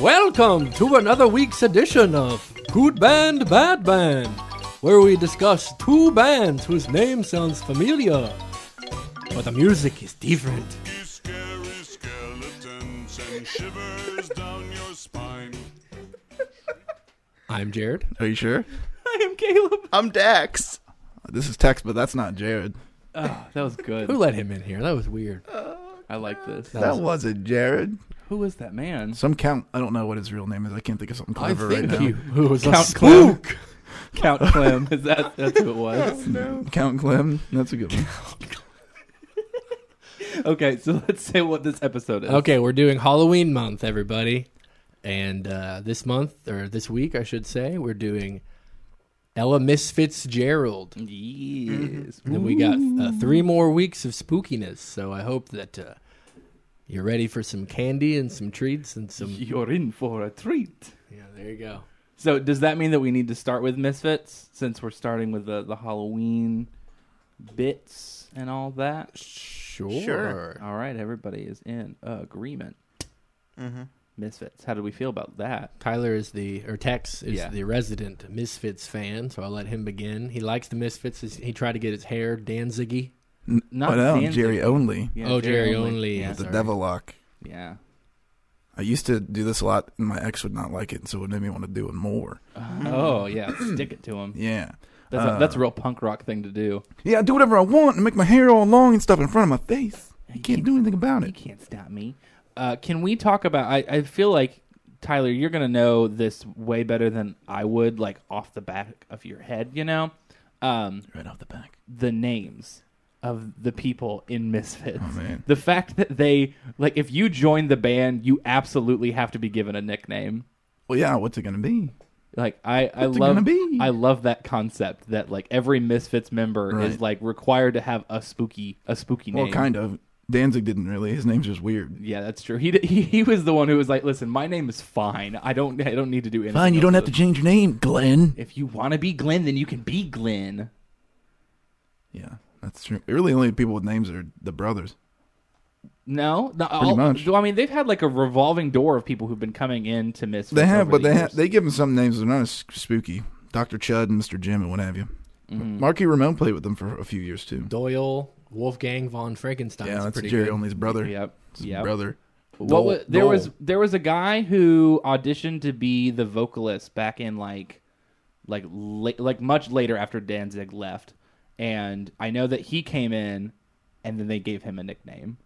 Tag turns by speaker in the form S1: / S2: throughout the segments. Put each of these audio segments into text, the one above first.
S1: Welcome to another week's edition of Good Band Bad Band, where we discuss two bands whose name sounds familiar, but the music is different.
S2: Scary skeletons and shivers down your spine.
S1: I'm Jared.
S3: Are you sure?
S4: I am Caleb.
S3: I'm Dax. This is Tex, but that's not Jared.
S4: That was good.
S1: Who let him in here? That was weird.
S4: I like this.
S3: That wasn't Jared.
S4: Who is that man?
S3: Some count. I don't know what his real name is. I can't think of something
S1: I
S3: clever
S1: think
S3: right
S1: he was a
S4: Count
S1: spook.
S4: Count Clem. Is that that's who it was?
S3: now. Count Clem. That's a good one.
S4: Okay, so let's say what this episode is.
S1: Okay, we're doing Halloween month, everybody. And uh, this month, or this week, I should say, we're doing Ella Miss Fitzgerald.
S4: Yes.
S3: Mm-hmm.
S1: And then we got uh, three more weeks of spookiness. So I hope that uh, you're ready for some candy and some treats and some.
S4: You're in for a treat.
S1: Yeah, there you go.
S4: So does that mean that we need to start with Misfits since we're starting with the, the Halloween bits and all that?
S1: Sure.
S4: All right, everybody is in agreement.
S3: Mm-hmm.
S4: Misfits. How did we feel about that?
S3: Oh,
S1: Tyler is the, or Tex is
S4: Yeah.
S1: the resident Misfits fan, so I'll let him begin. He likes the Misfits. He's- He tried to get his hair Danziggy.
S4: Not
S3: oh, no,
S4: Danzig.
S3: Jerry only.
S4: Yeah,
S1: oh, Jerry, only. Yeah,
S3: The
S1: sorry.
S3: devil lock.
S4: Yeah.
S3: I used to do this a lot, and my ex would not like it, so it made me want to do it more.
S4: Oh yeah, stick it to him.
S3: Yeah.
S4: That's,
S3: Uh,
S4: a, that's a real punk rock thing to do.
S3: Yeah, I do whatever I want and make my hair all long and stuff in front of my face. I can't do anything about
S4: You
S3: it.
S4: can't stop me. Uh, can we talk about? I, I feel like Tyler, you're gonna know this way better than I would, like off the back of your head. You know, um,
S3: Right off the back.
S4: the names of the people in Misfits.
S3: Oh, man.
S4: The fact that they like, if you join the band, you absolutely have to be given a nickname.
S3: Well, yeah, what's it going to be?
S4: Like I, I
S3: What's it
S4: love
S3: gonna be?
S4: I love that concept that like every Misfits member is
S3: Right.
S4: like required to have a spooky a spooky
S3: Well,
S4: name.
S3: kind of. Danzig didn't really. His name's just weird.
S4: Yeah, that's true. He, he he was the one who was like, "Listen, my name is fine. I don't I don't need to do anything."
S3: Fine, you
S4: else
S3: don't have to
S4: with
S3: change your name, Glenn.
S4: it." If you want to be Glenn, then you can be Glenn.
S3: Yeah, that's true. Really, only people with names are the brothers.
S4: No, no I'll-
S3: much.
S4: well, I mean, they've had like a revolving door of people who've been coming in to miss.
S3: They have, but they ha- they give them some names. They're not as spooky. Doctor Chud and Mister Jim and what have you. Marky Ramone played with them for a few years too.
S1: Doyle, Wolfgang von Frankenstein.
S3: yeah,
S1: is
S3: that's
S1: pretty
S3: Jerry
S1: good.
S3: Only's brother.
S4: Yep.
S3: It's his
S4: Yep.
S3: brother.
S4: What was,
S3: Dole-
S4: there
S3: Dole.
S4: was there was a guy who auditioned to be the vocalist back in like like la- like much later after Danzig left, and I know that he came in, and then they gave him a nickname
S3: I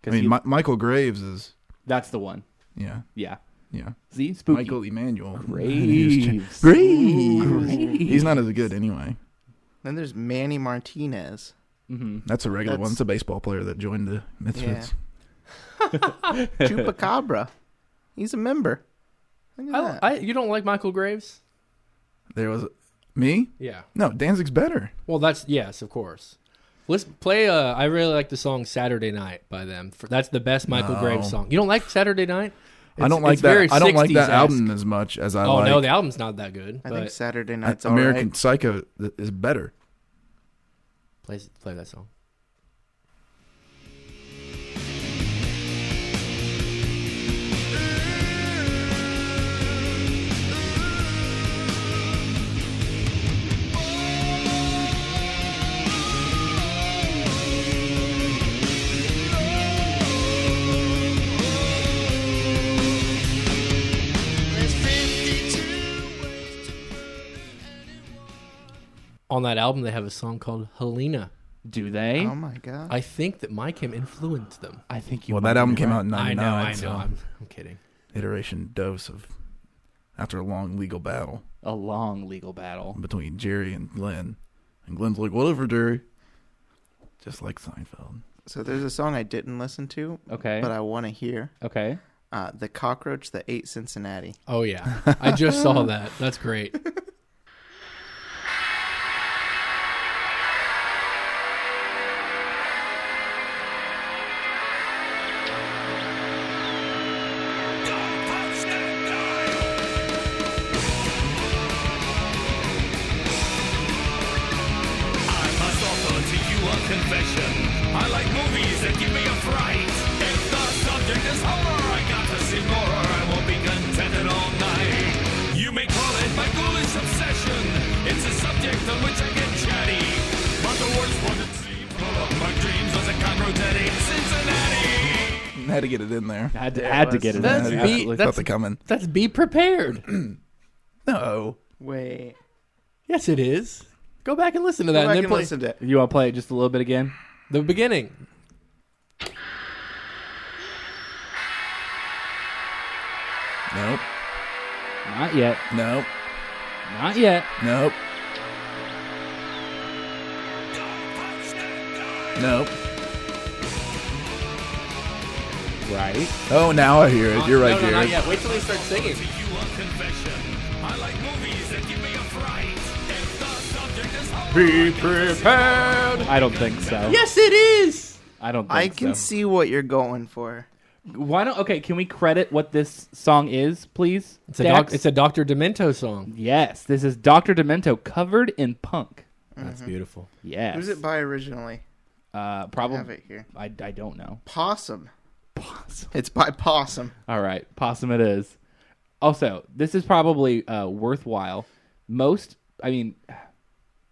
S4: because
S3: mean, Mi- Michael Graves is.
S4: that's the one.
S3: Yeah,
S4: Yeah.
S3: yeah.
S4: See, spooky.
S3: Michael Emmanuel. He was
S4: Graves.
S3: Ch- Graves. He's not as good anyway.
S5: Then there's Manny Martinez.
S3: That's a regular one.
S5: That's-
S3: It's a baseball player that joined the Misfits.
S5: Chupacabra. He's a member. Look at
S1: Oh, I,
S5: that.
S1: I, you don't like Michael Graves?
S3: There was me.
S1: Yeah.
S3: No, Danzig's better.
S1: Well, that's yes, of course. Let's play. Uh, I really like the song "Saturday Night" by them. For, that's the best Michael
S3: No.
S1: Graves song. You don't like "Saturday Night"?
S3: I
S1: It's-
S3: don't like
S1: it's very
S3: that. I don't like that
S1: 60s-esque.
S3: album as much as I
S1: Oh
S3: like.
S1: no, the album's not that good.
S5: I
S1: but
S5: think Saturday
S3: A-
S5: night's
S3: American
S5: American.
S3: Psycho th- is better.
S1: play play that song. On that album, they have a song called "Helena."
S4: Do they?
S5: Oh my god.
S1: I think that Mike him influenced them.
S4: I think you.
S3: Well, that
S4: might be
S3: album came
S4: right.
S3: out in
S1: I know,
S3: '99.
S1: I know.
S3: so
S1: I'm, I'm kidding.
S3: iteration dose of after a long legal battle
S4: A long legal battle.
S3: between Jerry and Glenn, and Glenn's like, "Whatever, Jerry." Just like Seinfeld.
S5: so there's a song I didn't listen to,
S4: Okay.
S5: but I want to hear.
S4: okay.
S5: Uh, the cockroach that ate Cincinnati.
S1: Oh yeah, I just saw that. That's great.
S6: I must offer to you a confession. I like movies that give me a fright. If the subject is horror, I gotta see more. or I won't be content. of which I get chatty. But the worst one that seems full of my dreams was a cockroach that ate Cincinnati.
S3: Had to get it in there.
S4: had to, had to
S5: was-
S4: get it. in
S1: That's
S4: there,
S1: beat-
S4: absolutely.
S1: that's-
S3: That's the coming.
S1: That's be prepared.
S3: No.
S5: Wait.
S1: yes, it is. Go back and listen to that, and
S5: Go back
S1: then
S5: and
S1: play
S5: listen to it.
S4: You want to play it just a little bit again?
S1: the beginning.
S3: Nope.
S4: Not yet.
S3: Nope.
S4: Not yet.
S3: Nope. Nope.
S4: Right.
S3: Oh, now I hear it. You're right,
S1: no, no, not
S3: Jared.
S1: yet. Wait till he starts singing.
S6: To you a confession. I like movies that give me a fright. If the subject is hard,
S1: Be prepared.
S4: I don't think so.
S1: Yes, it is.
S4: I don't. Think
S5: I can
S4: so.
S5: see what you're going for.
S4: Why don't? Okay, can we credit what this song is, please?
S1: It's a, doc,
S4: Dax?
S1: it's a Dr. Demento song.
S4: yes. This is Doctor Demento covered in punk. Mm-hmm.
S1: That's beautiful.
S4: Yes.
S5: Who's it by originally?
S4: Uh,
S5: I have
S4: probably.
S5: it here.
S4: I, I don't know.
S5: Possum. Possum. It's by Possum.
S4: All right, possum it is. Also, this is probably uh, worthwhile. Most, I mean,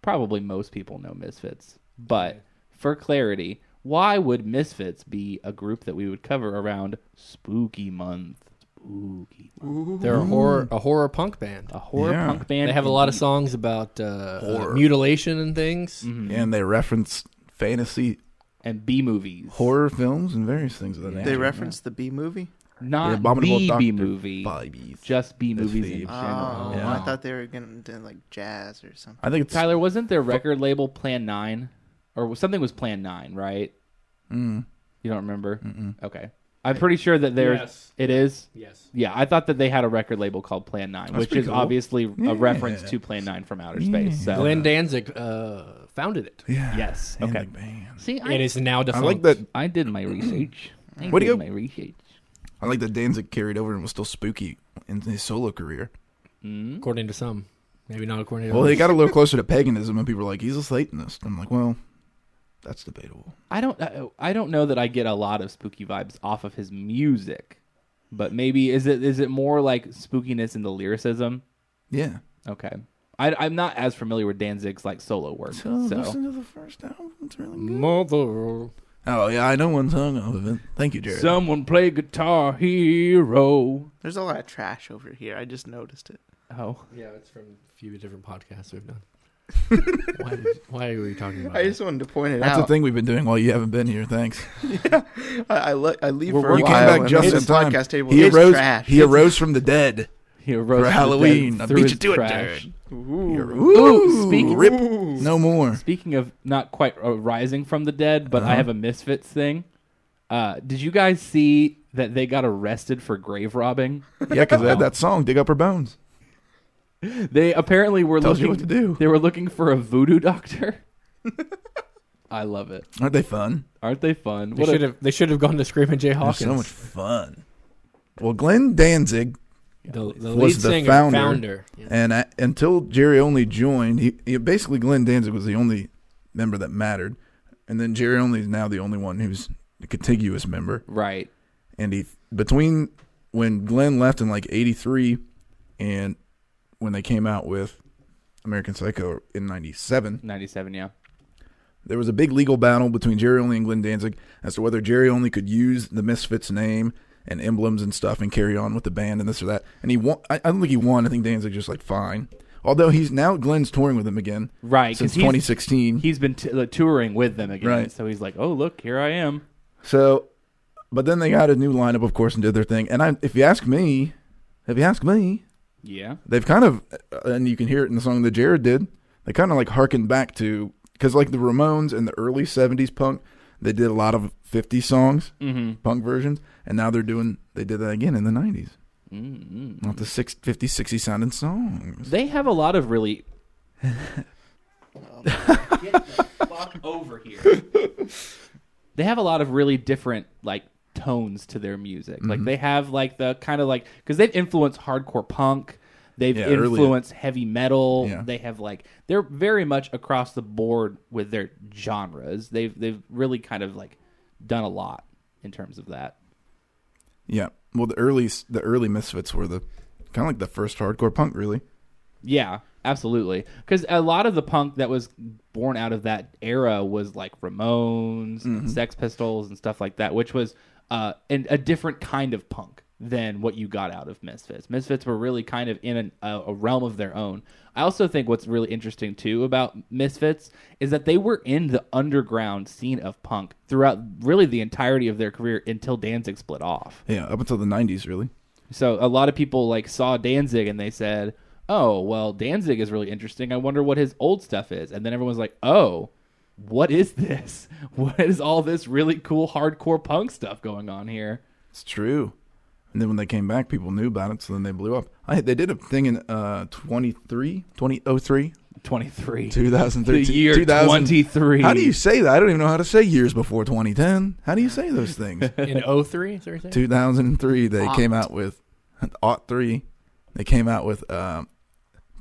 S4: probably most people know Misfits, but for clarity, why would Misfits be a group that we would cover around Spooky Month? Spooky, month.
S1: They're a horror
S3: Mm.
S1: a horror punk band.
S4: a horror
S3: Yeah.
S4: punk band.
S1: They have a lot of
S4: indeed.
S1: songs about uh, uh,
S3: Horror.
S1: mutilation and things.
S3: And they reference fantasy
S4: and B movies.
S3: horror films and various things of that
S5: They
S3: nature.
S5: reference the B movie.
S3: The
S4: not
S3: Abominable
S4: the
S3: Dr.
S4: B movie,
S3: Bobbies.
S4: just B
S3: That's
S4: movies in
S3: the-
S4: general.
S5: Oh,
S1: Yeah.
S5: I thought they were gonna do like jazz or something.
S3: I think it's
S4: Tyler, wasn't their record label Plan Nine, or something was Plan Nine, right? Mm.
S3: Mm-hmm.
S4: You don't remember? Okay, I'm pretty sure that there's.
S1: Yes.
S4: It is.
S1: Yes.
S4: Yeah, I thought that they had a record label called Plan Nine, which
S3: pretty
S4: is
S3: cool.
S4: obviously a reference to Plan Nine from Outer Space. So
S1: Glenn Danzig uh, founded it.
S3: yeah.
S4: yes,
S3: And
S4: okay.
S3: the Oh. band.
S4: See, I,
S1: It is now
S3: I
S1: defunct.
S3: like that.
S4: I did my research. I
S3: Way to
S4: did
S3: go.
S4: my research.
S3: I like that Danzig carried over and was still spooky in his solo career.
S1: according to some. Maybe not according to
S3: Well,
S1: others.
S3: he got a little closer to paganism, and people were like, "He's a Satanist." I'm like, "Well, that's debatable."
S4: I don't. I- I don't know that I get a lot of spooky vibes off of his music, but maybe is it is it more like spookiness in the lyricism?
S3: Yeah.
S4: Okay. I, I'm not as familiar with Danzig's like solo work,
S3: So,
S4: so,
S3: listen to the first album; it's really good.
S1: Mother.
S3: Oh yeah, I know one song off of it. Thank you, Jared.
S4: someone play Guitar Hero.
S5: There's a lot of trash over here. I just noticed it.
S4: Oh,
S1: Yeah, it's from a few different podcasts we've done. why, did, why were you talking about
S5: I
S1: that?
S5: just wanted to point it
S3: that's the
S5: out.
S3: thing we've been doing while you haven't been here. Thanks.
S5: I, I, le- I leave
S4: We're
S5: for a
S4: working
S3: You
S5: while.
S3: came back
S5: and
S3: just
S5: this
S3: in time.
S5: Podcast table
S3: He
S5: is
S3: arose.
S5: trash.
S3: He arose from the dead.
S4: he arose from the dead
S3: Halloween. I
S4: through
S3: beat
S4: his
S3: you to it,
S4: trash.
S3: Jared.
S5: Ooh.
S4: Ooh, speaking-
S3: rip. No more.
S4: Speaking of not quite rising from the dead, but
S3: Uh-huh.
S4: I have a Misfits thing. Uh, did you guys see that they got arrested for grave robbing?
S3: Yeah, because they had that song, "Dig Up Her Bones."
S4: they apparently were
S3: Tells
S4: looking.
S3: you what to do.
S4: They were looking for a voodoo doctor. I love it.
S3: Aren't they fun?
S4: Aren't they fun?
S1: They should have. They should have gone to Screaming Jay
S3: They're
S1: Hawkins.
S3: so much fun. Well, Glenn Danzig
S1: the, the lead
S3: was the
S1: singer,
S3: founder.
S1: founder. Yeah.
S3: And I, until Jerry only joined, he, he basically Glenn Danzig was the only member that mattered, and then Jerry only is now the only one who's a contiguous member.
S4: right.
S3: And he between when Glenn left in like '83 and when they came out with American Psycho in '97,
S4: Ninety-seven. Yeah.
S3: there was a big legal battle between Jerry only and Glenn Danzig as to whether Jerry only could use the Misfits name. And emblems and stuff, and carry on with the band and this or that. And he won. I, I don't think he won. I think Danzig just like fine. Although he's now Glenn's touring with him again.
S4: Right,
S3: since
S4: 'cause he's-
S3: 2016.
S4: he's been t- like, touring with them again.
S3: Right.
S4: So he's like, "Oh, look, here I am."
S3: so, but then they got a new lineup, of course, and did their thing. And I, if you ask me, if you ask me,
S4: Yeah.
S3: they've kind of, and you can hear it in the song that Jared did. They kind of like harken back to because like the Ramones in the early 70s punk, they did a lot of 50 songs, punk versions, and now they're doing they did that again in the 90s. Mm-hmm. Not the six, 50, 60 sounding songs.
S4: They have a lot of really. Get the fuck over here. they have a lot of really different like tones to their music.
S3: Mm-hmm.
S4: Like they have like the kind of like because they've influenced hardcore punk. They've
S3: Yeah, early-
S4: influenced heavy metal.
S3: Yeah.
S4: They have like they're very much across the board with their genres. They've they've really kind of like done a lot in terms of that.
S3: Yeah. Well, the early the early Misfits were the kind of like the first hardcore punk, really.
S4: Yeah, absolutely. Because a lot of the punk that was born out of that era was like Ramones, and Sex Pistols, and stuff like that, which was uh, an, a different kind of punk than what you got out of Misfits. Misfits were really kind of in an, a, a realm of their own. I also think what's really interesting too about Misfits is that they were in the underground scene of punk throughout really the entirety of their career until Danzig split off.
S3: Yeah, up until the '90s, really.
S4: So a lot of people like saw Danzig and they said, "Oh, well, Danzig is really interesting. I wonder what his old stuff is." And then everyone's like, "Oh, what is this? What is all this really cool hardcore punk stuff going on here?"
S3: It's true. And then when they came back, people knew about it, so then they blew up. I, they did a thing in uh, oh 23, 2003,
S4: 23.
S3: 2013.
S4: The year
S3: 2000
S4: 23.
S3: How do you say that? I don't even know how to say years before 2010. How do you say those things?
S1: In 03, is that what you're saying?
S3: 2003, they came out with Ought 3. They came out with um,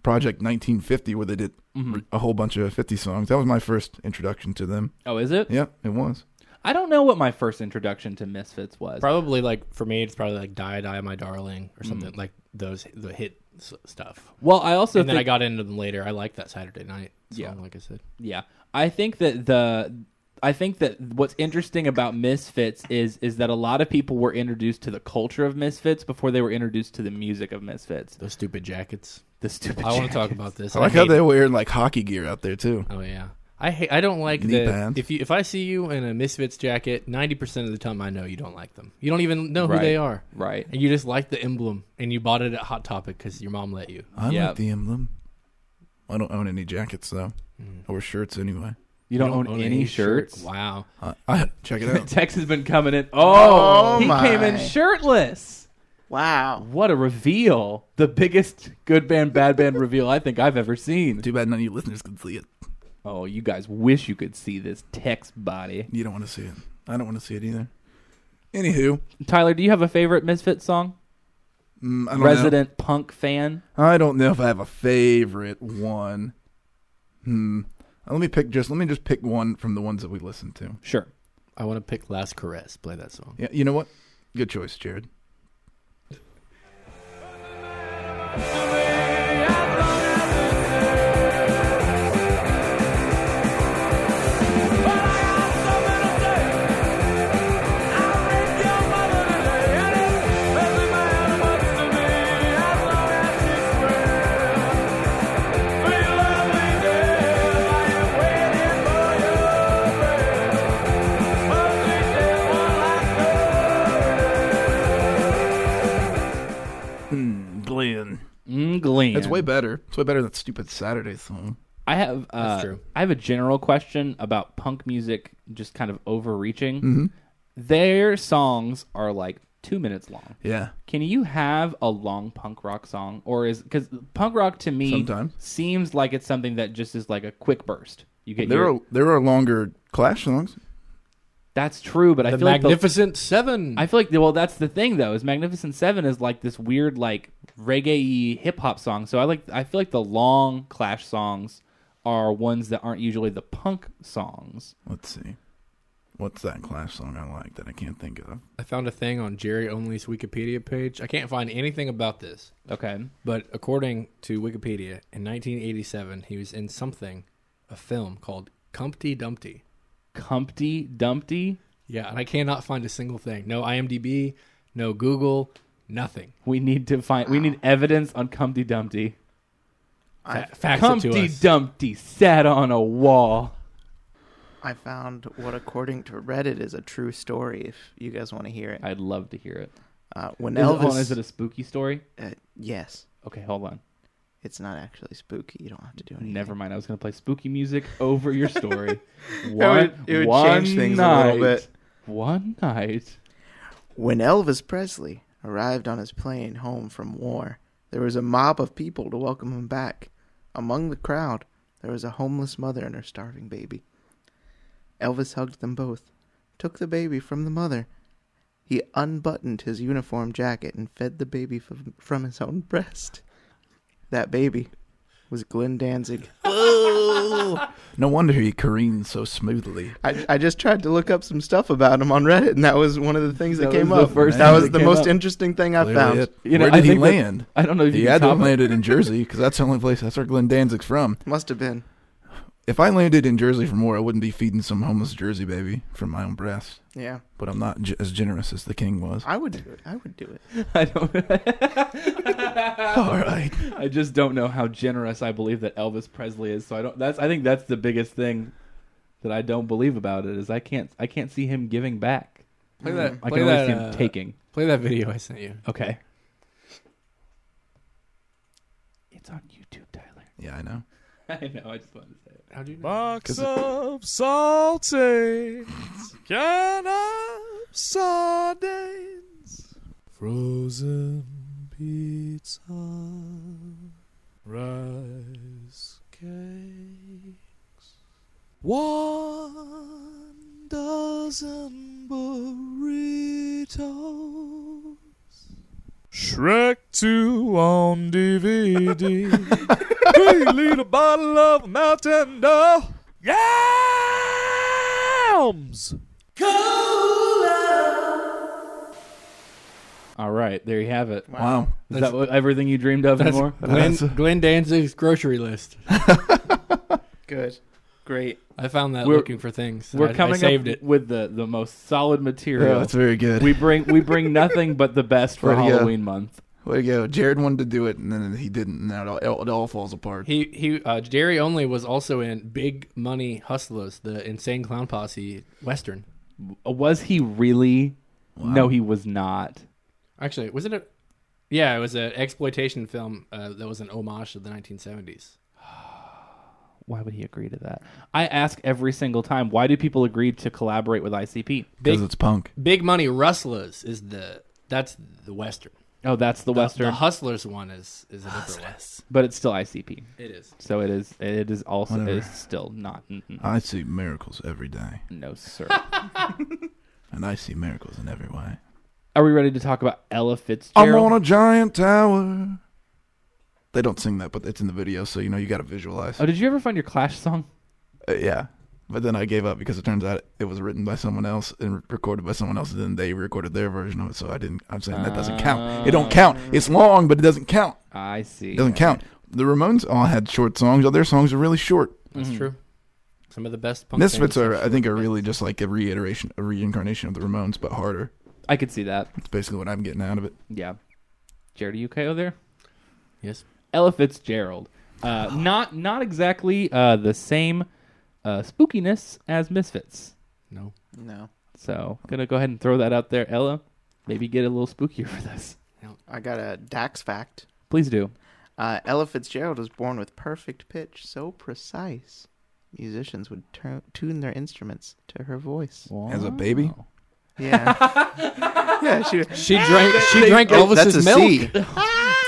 S3: Project 1950, where they did
S4: Mm-hmm.
S3: a whole bunch of 50 songs. That was my first introduction to them.
S4: Oh, is it?
S3: Yep, it was.
S4: I don't know what my first introduction to Misfits was.
S1: Probably like for me, it's probably like "Die Die My Darling"
S3: Mm.
S1: or something like those the hit s- stuff.
S4: Well, I also
S1: and then I
S4: think-
S1: got into them later. I like that Saturday night song,
S4: Yeah.
S1: like I said.
S4: Yeah, I think that the I think that what's interesting about Misfits is is that a lot of people were introduced to the culture of Misfits before they were introduced to the music of Misfits.
S1: Those stupid jackets.
S4: The stupid.
S1: I want to
S4: jackets.
S1: talk about this.
S3: I like
S1: hate
S3: how they were wearing like hockey gear out there too.
S1: Oh yeah. I hate. I don't like
S3: Knee
S1: the
S3: pads.
S1: if you if I see you in a Misfits jacket, ninety percent of the time I know you don't like them. You don't even know who
S4: Right.
S1: they are,
S4: Right.
S1: And you just like the emblem, and you bought it at Hot Topic because your mom let you.
S3: I
S4: Yeah.
S3: like the emblem. I don't own any jackets though, or shirts anyway.
S4: You
S1: You
S4: don't, own, any, shirts.
S1: Wow.
S3: I, I check it out.
S4: Tex has been coming in. Oh,
S5: Oh,
S4: he
S5: my.
S4: came in shirtless.
S5: Wow.
S4: What a reveal! The biggest good band bad band reveal I think I've ever seen.
S3: Too bad none of you listeners can see it.
S4: Oh, you guys wish you could see this Tex body.
S3: You don't want to see it. I don't want to see it either. Anywho,
S4: Tyler, do you have a favorite Misfits song?
S3: mm, I don't
S4: Resident punk fan.
S3: Know. I don't know if I have a favorite one. Hmm. Uh, Let me pick just. Let me just pick one from the ones that we listened to.
S4: Sure.
S1: I want to pick Last Caress. Play that song.
S3: Yeah. You know what? Good choice, Jared. Glenn.
S4: Mm, Glenn.
S3: It's way better. It's way better than that stupid Saturday song.
S4: I have uh,
S1: true.
S4: I have a general question about punk music, just kind of overreaching.
S3: Mm-hmm.
S4: Their songs are like two minutes long.
S3: Yeah.
S4: Can you have a long punk rock song, or is because punk rock to me
S3: Sometimes.
S4: seems like it's something that just is like a quick burst. You get
S3: There
S4: your,
S3: are there are longer Clash songs.
S4: that's true, but I
S1: The
S4: feel like the-
S1: Magnificent Seven.
S4: I feel like well, that's the thing though. Is Magnificent Seven is like this weird like reggae hip hop song. So I like I feel like the long Clash songs are ones that aren't usually the punk songs.
S3: Let's see. What's that Clash song I like that I can't think of?
S1: I found a thing on Jerry Only's Wikipedia page. I can't find anything about this,
S4: Okay.
S1: but according to Wikipedia, in 1987, he was in something, a film called Compty Dumpty.
S4: Humpty Dumpty.
S1: Yeah, and I cannot find a single thing. No IMDb, no Google, nothing.
S4: We need to find. We need evidence on Humpty Dumpty.
S1: Fa- facts it to
S4: Humpty
S1: us.
S4: Dumpty sat on a wall.
S5: I found what, according to Reddit, is a true story. If you guys want to hear it,
S4: I'd love to hear it.
S5: uh, when
S4: Is it- hold
S5: Elvis,
S4: on, is it a spooky story?
S5: uh, yes,
S4: Okay, hold on.
S5: it's not actually spooky. You don't have to do anything.
S4: Never mind. I was gonna play spooky music over your story.
S5: would- it would change things a little bit.
S4: One night.
S5: When Elvis Presley arrived on his plane home from war, there was a mob of people to welcome him back. Among the crowd, there was a homeless mother and her starving baby. Elvis hugged them both, took the baby from the mother. He unbuttoned his uniform jacket and fed the baby f- from his own breast. That baby was Glenn Danzig.
S3: No wonder he careens so smoothly.
S5: I, I just tried to look up some stuff about him on Reddit, and that was one of the things that,
S4: That
S5: came
S4: was the
S5: up.
S4: first
S5: that
S4: thing
S5: was
S4: that
S5: the
S4: came
S5: most
S4: up.
S5: interesting thing I
S3: Clearly
S5: found.
S3: it-
S4: You know,
S3: Where
S4: I
S3: did he
S4: think that-
S3: land?
S4: I don't know if
S3: He
S4: you can
S3: had to
S4: top
S3: have
S4: it.
S3: landed in Jersey because that's the only place that's where Glenn Danzig's from.
S5: Must have been.
S3: If I landed in Jersey for more, I wouldn't be feeding some homeless Jersey baby from my own breast.
S5: Yeah,
S3: But I'm not ge- as generous as the king was.
S5: I would do it. I would do it.
S4: I don't.
S3: All right.
S4: I just don't know how generous I believe that Elvis Presley is. So I don't. That's. I think that's the biggest thing that I don't believe about it is I can't. I can't see him giving back.
S1: Play that.
S4: I
S1: play
S4: can
S1: that,
S4: only see him
S1: uh,
S4: taking.
S1: Play that video I sent you.
S4: Okay. It's on YouTube, Tyler.
S3: Yeah, I know.
S4: I know. I just wanted to say it.
S1: How do you know?
S2: Box
S3: 'Cause
S2: of saltines, can of sardines, frozen pizza, rice cakes, one dozen burritos, Shrek 2 on DVD. Three liter bottle of Mountain Dew. Yams!
S4: All right, there you have it. Is
S3: Wow.
S4: that what, everything you dreamed of and
S1: That's
S4: more?
S1: Glenn, Glenn Danzig's grocery list.
S5: Good, great.
S1: I found that
S4: We're-
S1: looking for things. I,
S4: We're
S1: I
S4: coming
S1: saved
S4: up
S1: it.
S4: with the, the most solid material.
S3: Yeah, that's very good.
S4: we bring we bring nothing but the best
S3: Way
S4: for
S3: to go.
S4: Halloween month.
S3: Way to go. Jared wanted to do it, and then he didn't. and Now it all, it all falls apart.
S1: He he. Uh, Jerry only was also in Big Money Hustlers, the Insane Clown Posse western.
S4: Was he really? No, he was not.
S1: Actually, was it a? Yeah, it was an exploitation film uh, that was an homage to the 1970s.
S4: Why would he agree to that? I ask every single time. Why do people agree to collaborate with ICP?
S3: Because
S1: Big
S3: it's punk.
S1: Big Money Rustlers is the that's the western.
S4: Oh, that's the, western,
S1: The Hustlers one is is a different one.
S4: but it's still ICP.
S1: It is.
S4: So it is. It is also. It
S3: Whatever. Uh,
S4: is still not. mm-mm.
S3: I see miracles every day,
S4: No, sir.
S3: and I see miracles in every way.
S4: Are we ready to talk about Ella
S3: I'm
S4: Fitzgerald?
S3: on a giant tower. They don't sing that, but it's in the video, so you know you got to visualize.
S4: Oh, did you ever find your Clash song?
S3: Uh, yeah. But then I gave up because it turns out it was written by someone else and re- recorded by someone else, and then they recorded their version of it. So I didn't. I'm saying that doesn't count. It don't count. It's long, but it doesn't count.
S4: I see.
S3: It doesn't count. The Ramones all had short songs. All their songs are really short.
S1: That's true. Some of the best punk
S3: Misfits
S1: bands
S3: are, I think, are really just like a reiteration, a reincarnation of the Ramones, but harder.
S4: I could see that.
S3: That's basically what I'm getting out of it.
S4: Yeah. Jared, are you okay over there?
S1: Yes.
S4: Ella Fitzgerald. Uh, not not exactly uh, the same uh, spookiness as Misfits.
S1: No.
S5: No,
S4: So gonna go ahead and throw that out there, Ella. Maybe get a little spookier for this.
S5: I got a Dax fact.
S4: Please do.
S5: Uh, Ella Fitzgerald was born with perfect pitch, so precise. Musicians would tu- tune their instruments to her voice.
S3: As a baby,
S5: Yeah, yeah. She,
S1: She drank. She drank
S5: that's a
S1: Elvis's milk.
S5: C.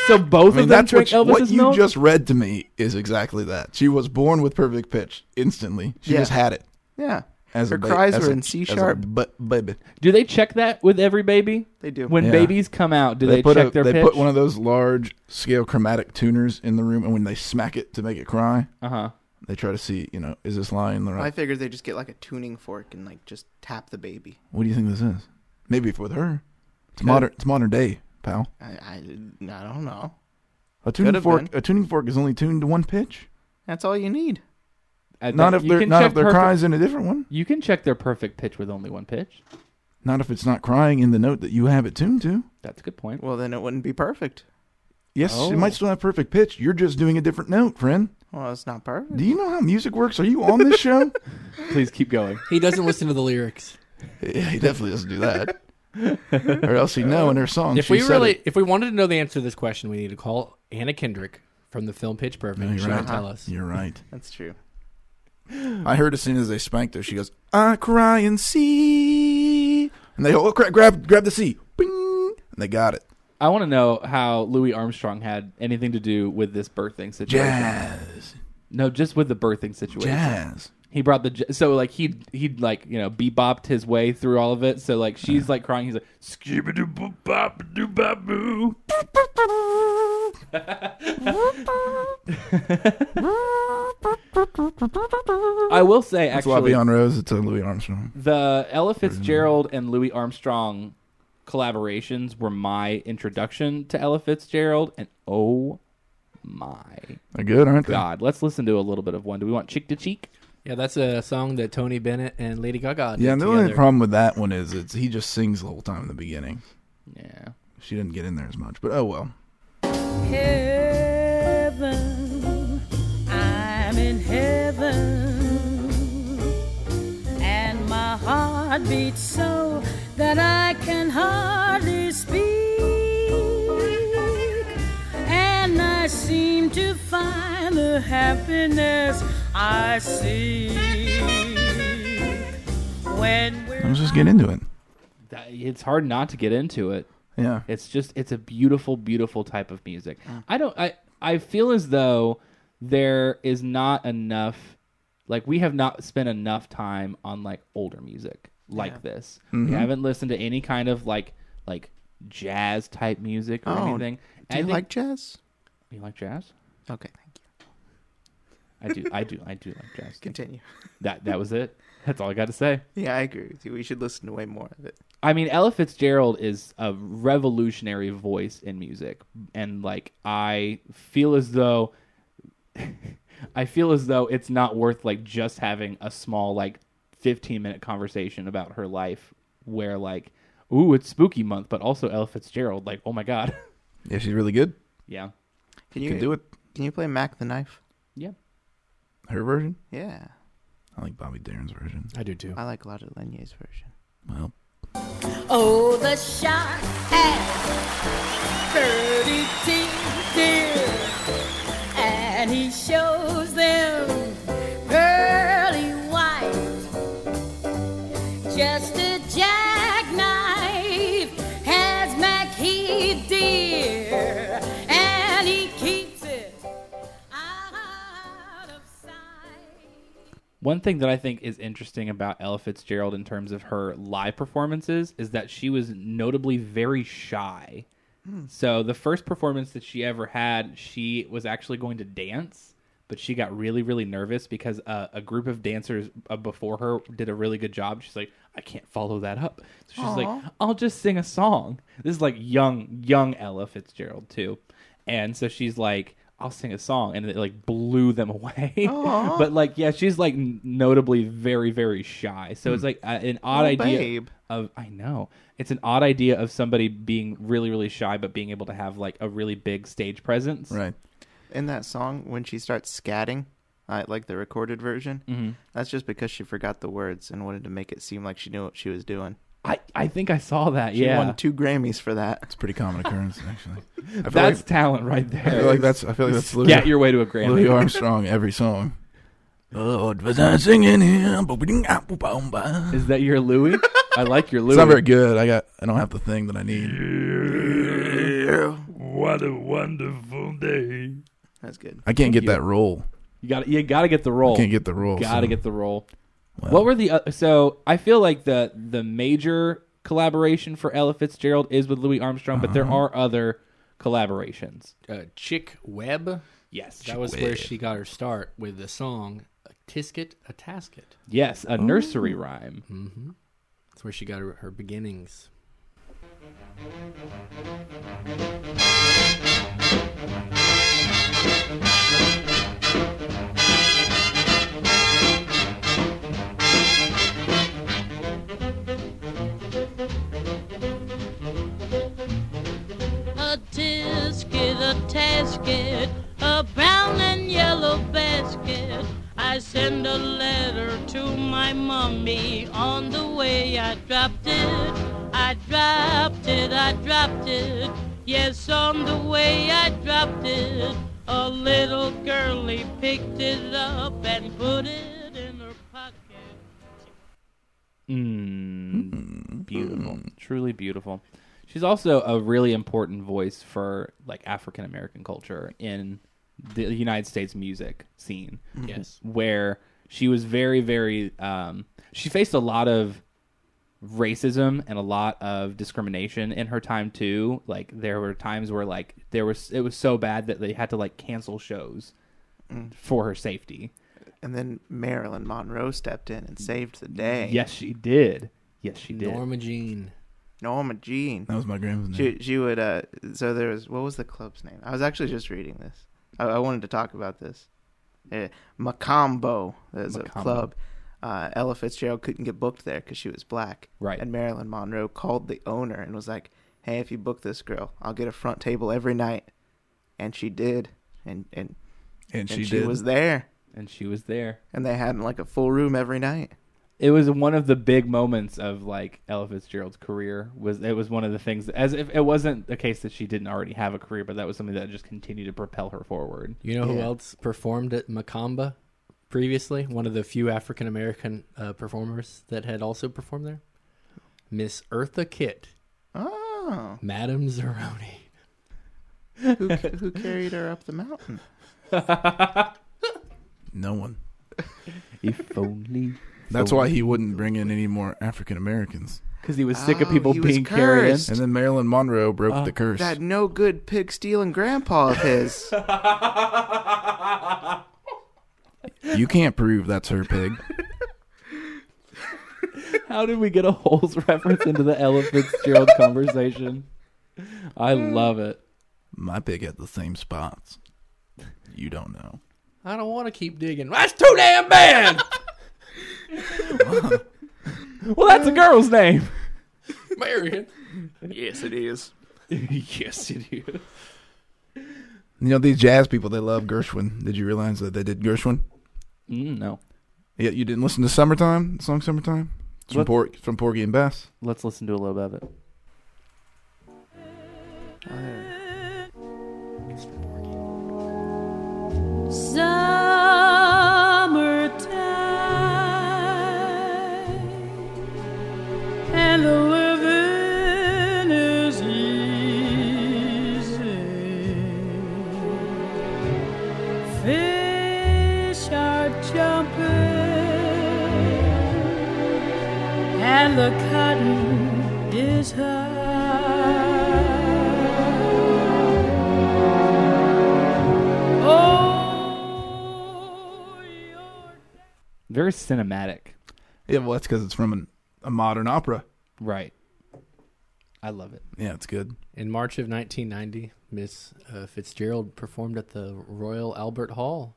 S4: So
S3: I
S4: both
S3: mean,
S4: of them
S3: that's
S4: drink
S3: what,
S4: Elvis's
S3: what you
S4: milk.
S3: just read to me is exactly that. She was born with perfect pitch instantly. She
S5: Yeah.
S3: just had it.
S5: Yeah,
S3: As
S5: her
S3: a ba-
S5: cries
S3: as
S5: were
S3: a-
S5: in C
S3: as a
S5: sharp.
S3: bu- baby.
S4: do they check that with every baby?
S5: They do.
S4: When
S3: Yeah.
S4: babies come out, do they,
S3: put
S4: check
S3: a-
S4: their
S3: they
S4: pitch?
S3: put one of those large scale chromatic tuners in the room, and when they smack it to make it cry,
S4: uh huh.
S3: they try to see, you know, is this lying the right?
S5: I figured they just get like a tuning fork and like just tap the baby.
S3: What do you think this is? Maybe for her. It's modern. It's modern day, pal.
S5: I, I, I don't know.
S3: A tuning
S5: have
S3: fork.
S5: been.
S3: A tuning fork is only tuned to one pitch.
S5: That's all you need.
S3: Not if they're not if they're cries in a different one.
S4: You can check their perfect pitch with only one pitch.
S3: Not if it's not crying in the note that you have it tuned to.
S4: That's a good point.
S5: Well, then it wouldn't be perfect.
S3: Yes,
S4: Oh.
S3: it might still have perfect pitch. You're just doing a different note, friend.
S5: Well, it's not perfect.
S3: Do you know how music works? Are you on this show?
S4: Please keep going.
S1: He doesn't listen to the lyrics.
S3: yeah, he definitely doesn't do that. or else he'd know in her song.
S1: If
S3: she
S1: we
S3: said
S1: really,
S3: it.
S1: if we wanted to know the answer to this question, we need to call Anna Kendrick from the film Pitch Perfect.
S3: No,
S1: She
S3: you're
S1: will
S3: right.
S1: tell us.
S3: You're right.
S5: That's true.
S3: I heard as soon as they spanked her, she goes, "I cry and see," and they go, "Oh crap! Grab, grab the sea!" Bing! And they got it.
S4: I want to know how Louis Armstrong had anything to do with this birthing situation.
S3: Jazz,
S4: No, just with the birthing situation.
S3: jazz.
S4: He brought the j- so like he he'd like you know bebopped his way through all of it. So like she's like crying. He's like skibba doo bop doo bop boo. I will say
S3: It's Actually,
S4: actually
S3: Lavion Rose. It's a Louis Armstrong.
S4: the Ella Fitzgerald and Louis Armstrong collaborations were my introduction to Ella Fitzgerald, and oh my
S3: They're good, aren't they?
S4: god, let's listen to a little bit of one. Do we want cheek to cheek?
S7: Yeah, that's a song that Tony Bennett and Lady Gaga did
S3: Yeah, and the only
S7: together.
S3: problem with that one is it's he just sings the whole time in the beginning.
S4: Yeah.
S3: She didn't get in there as much, but oh well.
S8: heaven. I'm in heaven. And my heart beats so that I can hardly speak. And I seem to find the happiness I seek. When we're
S3: Let's just get into it.
S4: That- It's hard not to get into it.
S3: Yeah.
S4: It's just it's a beautiful, beautiful type of music. I don't I I feel as though there is not enough like we have not spent enough time on like older music like this. We haven't listened to any kind of like like jazz type music or
S5: Oh,
S4: anything.
S5: Do you like jazz?
S4: you like jazz?
S5: Okay, thank you.
S4: I do I do I do like jazz.
S5: Continue.
S4: That that was it. That's all I got to say.
S5: Yeah, I agree with you. We should listen to way more of it.
S4: I mean, Ella Fitzgerald is a revolutionary voice in music, and like I feel as though I feel as though it's not worth like just having a small like fifteen minute conversation about her life, where like, ooh, it's spooky month, but also Ella Fitzgerald, like, oh my god,
S3: Yeah, she's really good.
S4: yeah,
S5: Can
S3: You
S5: you
S3: can do it.
S5: Can you play Mac the Knife?
S4: yeah,
S3: Her version?
S5: Yeah,
S3: I like Bobby Darin's version.
S7: I do
S3: Uh,
S7: too.
S5: I like Claude Lanier's version.
S3: Well,
S8: Oh, the shark has thirty teeth, dear, and he shows them pearly white. Just a jackknife has Mac Heath, dear, and he keeps it out of sight.
S4: One thing that I think is interesting about Ella Fitzgerald in terms of her live performances is that she was notably very shy. So the first performance that she ever had, she was actually going to dance, but she got really, really nervous because uh, a group of dancers uh, before her did a really good job. She's like, I can't follow that up. So she's like, I'll just sing a song. This is like young, young Ella Fitzgerald too, and so she's like. I'll sing a song, and it like blew them away. but like, yeah, she's like n- notably very, very shy. So it's like uh, an odd
S5: Oh,
S4: idea
S5: babe.
S4: of I know it's an odd idea of somebody being really, really shy, but being able to have like a really big stage presence.
S3: right.
S5: In that song, when she starts scatting, I like the recorded version. Mm-hmm. That's just because she forgot the words and wanted to make it seem like she knew what she was doing.
S4: I I think I saw that.
S5: She
S4: yeah,
S5: won two Grammys for that.
S3: It's a pretty common occurrence, actually. I feel,
S4: that's
S3: like,
S4: talent right there.
S3: I feel like that's I feel like that's Louis,
S4: Scat your way to a Grammy.
S3: Louis Armstrong every song. Oh, what was I singing here? It's
S4: Is that your Louis? I like your Louis.
S3: not very good. I got I don't have the thing that I need.
S2: What a wonderful day.
S5: That's good.
S3: I can't get that roll.
S4: You got you got to get the role.
S3: Can't get the roll.
S4: Got
S3: so-
S4: to get the role.
S3: Well.
S4: What were the uh, so? I feel like the the major collaboration for Ella Fitzgerald is with Louis Armstrong, but there are other collaborations.
S7: Uh, Chick Webb.
S4: Yes,
S7: That was where she got her start with the song "A Tisket, a Tasket."
S4: yes, a nursery rhyme.
S7: That's where she got her, her beginnings.
S8: a tisket, a tasket, a brown and yellow basket. I send a letter to my mummy. On the way, I dropped it. I dropped it. I dropped it. Yes, on the way, I dropped it. A little girlie picked it up and put it in her pocket.
S4: Mm, beautiful, truly beautiful. She's also a really important voice for like African American culture in the United States music scene.
S7: Yes.
S4: where she was very, very. Um, she faced a lot of racism and a lot of discrimination in her time too. Like there were times where like there was it was so bad that they had to like cancel shows for her safety.
S5: And then Marilyn Monroe stepped in and saved the day.
S4: Yes, she did. Yes, she did.
S7: Norma Jean.
S5: Norma Jean.
S3: That was my grandma's name.
S5: She she would uh so there was what was the club's name? I was actually just reading this. I, I wanted to talk about this. Uh, Macombo is a
S4: Macombo.
S5: club. Uh, Ella Fitzgerald couldn't get booked there because she was black.
S4: Right.
S5: And Marilyn Monroe called the owner and was like, "Hey, if you book this girl, I'll get a front table every night." And she did. And and,
S3: and
S5: and
S3: she,
S5: she,
S3: did.
S5: was there.
S4: And she was there.
S5: And they had like a full room every night.
S4: It was one of the big moments of like Ella Fitzgerald's career. Was it was one of the things as if it wasn't a case that she didn't already have a career, but that was something that just continued to propel her forward.
S7: You know who
S5: Yeah.
S7: else performed at Macamba previously? One of the few African American uh, performers that had also performed there? Miss Eartha Kitt,
S5: Oh,
S7: Madame Zeroni.
S5: who who carried her up the mountain?
S3: no one.
S4: If only
S3: That's why he wouldn't bring in any more African Americans.
S4: because he was sick of
S5: Oh,
S4: people
S5: he was
S4: being carried in.
S5: cursed.
S3: And then Marilyn Monroe broke the curse.
S5: That no good pig stealing grandpa of his.
S3: You can't prove that's her pig.
S4: How did we get a holes reference into the Ella Fitzgerald conversation? I love it.
S3: My pig had the same spots. You don't know.
S7: I don't want to keep digging. That's too damn bad!
S4: Well, that's a girl's name.
S7: Marion.
S5: yes, it is.
S4: yes, it is.
S3: You know these jazz people they love Gershwin. Did you realize that they did Gershwin?
S4: Mm, no,
S3: Yeah, you didn't listen to Summertime, the song Summertime? It's from
S4: What?
S3: Por- from Porgy and Bess.
S4: let's listen to a little bit of it.
S8: Summertime and the living is easy. Fish are jumping and the cotton is high. Oh, your
S4: Very cinematic,
S3: Yeah, well that's because it's from an, a modern opera.
S4: right? I love it.
S3: Yeah, it's good.
S7: In March of 1990, Miss uh, Fitzgerald performed at the Royal Albert Hall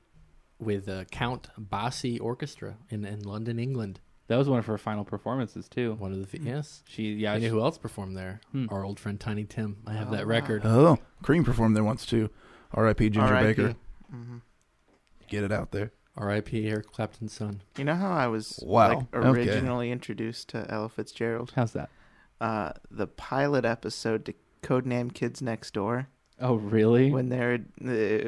S7: with uh, Count Bassi Orchestra in, in London, England.
S4: That was one of her final performances too.
S7: One of the fe-
S1: Hmm.
S7: yes.
S4: She, yeah,
S7: You know
S4: she-
S7: who else performed there? Our old friend Tiny Tim. I have that record.
S3: Oh. Cream performed there once too. R.I.P. Ginger
S5: R.I.P..
S3: Baker.
S5: Mm-hmm.
S3: Get it out there.
S7: R.I.P. Eric Clapton's son.
S5: You know how I was
S3: Wow.
S5: like
S3: Okay.
S5: originally introduced to Ella Fitzgerald?
S4: how's that?
S5: Uh, the pilot episode to Codename Kids Next Door
S4: Oh, really?
S5: when they're uh,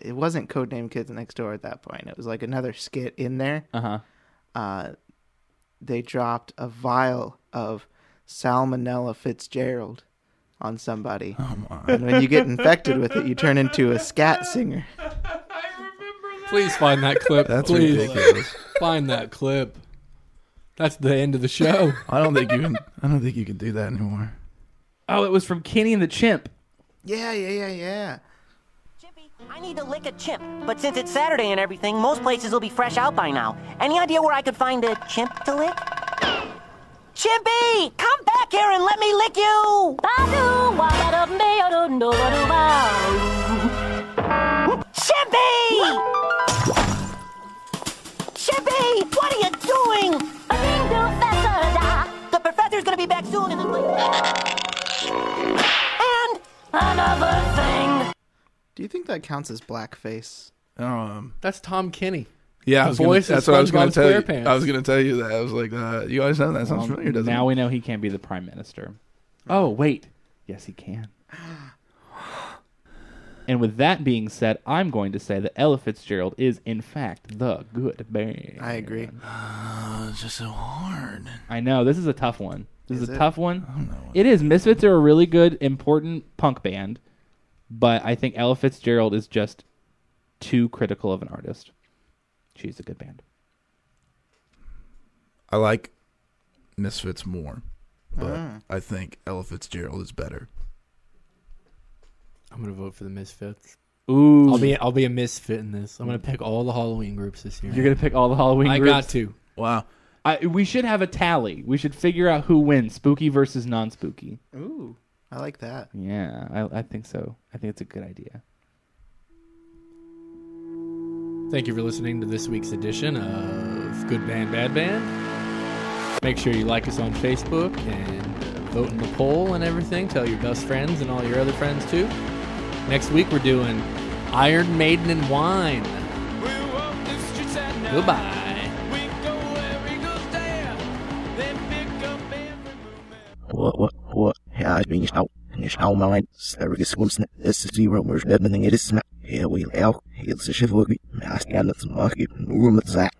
S5: it wasn't Codename Kids Next Door at that point. It was like another skit in there.
S4: Uh
S3: Uh-huh.
S4: huh.
S5: Uh, they dropped a vial of Salmonella Fitzgerald on somebody,
S3: Oh,
S5: and when you get infected with it, you turn into a scat singer.
S7: Please find that clip.
S3: That's
S7: Please
S3: ridiculous.
S7: find that clip. That's the end of the show.
S3: I don't think you can I don't think you can do that anymore.
S4: Oh, it was from Kenny and the Chimp.
S5: Yeah, yeah, yeah, yeah.
S9: Chippy, I need to lick a chimp, but since it's Saturday and everything, most places will be fresh out by now. Any idea where I could find a chimp to lick? Chimpy, come back here and let me lick you! Chimpy! Chippy, what are you doing? The professor's gonna be back soon, and then and another thing.
S5: Do you think that counts as blackface?
S3: Um
S7: That's Tom Kenny.
S3: yeah,
S7: The
S3: I was gonna,
S7: voice is
S3: that's what I was going
S7: SpongeBob
S3: to tell you.
S7: SquarePants.
S3: I was going to tell you that. I was like, uh, you always know that sounds
S4: Um,
S3: familiar, doesn't
S4: now
S3: it?
S4: we know he can't be the prime minister. Oh, wait. Yes, he can. And with that being said, I'm going to say that Ella Fitzgerald is, in fact, the good man.
S5: I agree.
S3: It's just so hard.
S4: I know. This is a tough one. This is,
S5: Is
S4: a
S5: it?
S4: tough one. It is. Misfits are a really good, important punk band, but I think Ella Fitzgerald is just too critical of an artist. She's a good band.
S3: I like Misfits more, but I think Ella Fitzgerald is better.
S1: I'm gonna vote for the Misfits.
S4: Ooh,
S1: I'll be I'll be a misfit in this. I'm gonna pick all the Halloween groups this year.
S4: you're gonna pick all the Halloween.
S1: I
S4: groups?
S1: got to.
S3: Wow.
S4: I, we should have a tally. We should figure out who wins, spooky versus non-spooky.
S5: Ooh, I like that.
S4: Yeah, I, I think so. I think it's a good idea.
S1: Thank you for listening to this week's edition of Good Band Bad Band. Make sure you like us on Facebook and uh, vote in the poll and everything. Tell your best friends and all your other friends too. Next week we're doing Iron Maiden and Wine. Goodbye.
S5: What, what, what? Yeah, I mean, how, and it's how mine, Sarah is swim snap, this is the rumors, that nothing it is snap. Here we are, it's a shiver with me, I stand at the market, no room at that.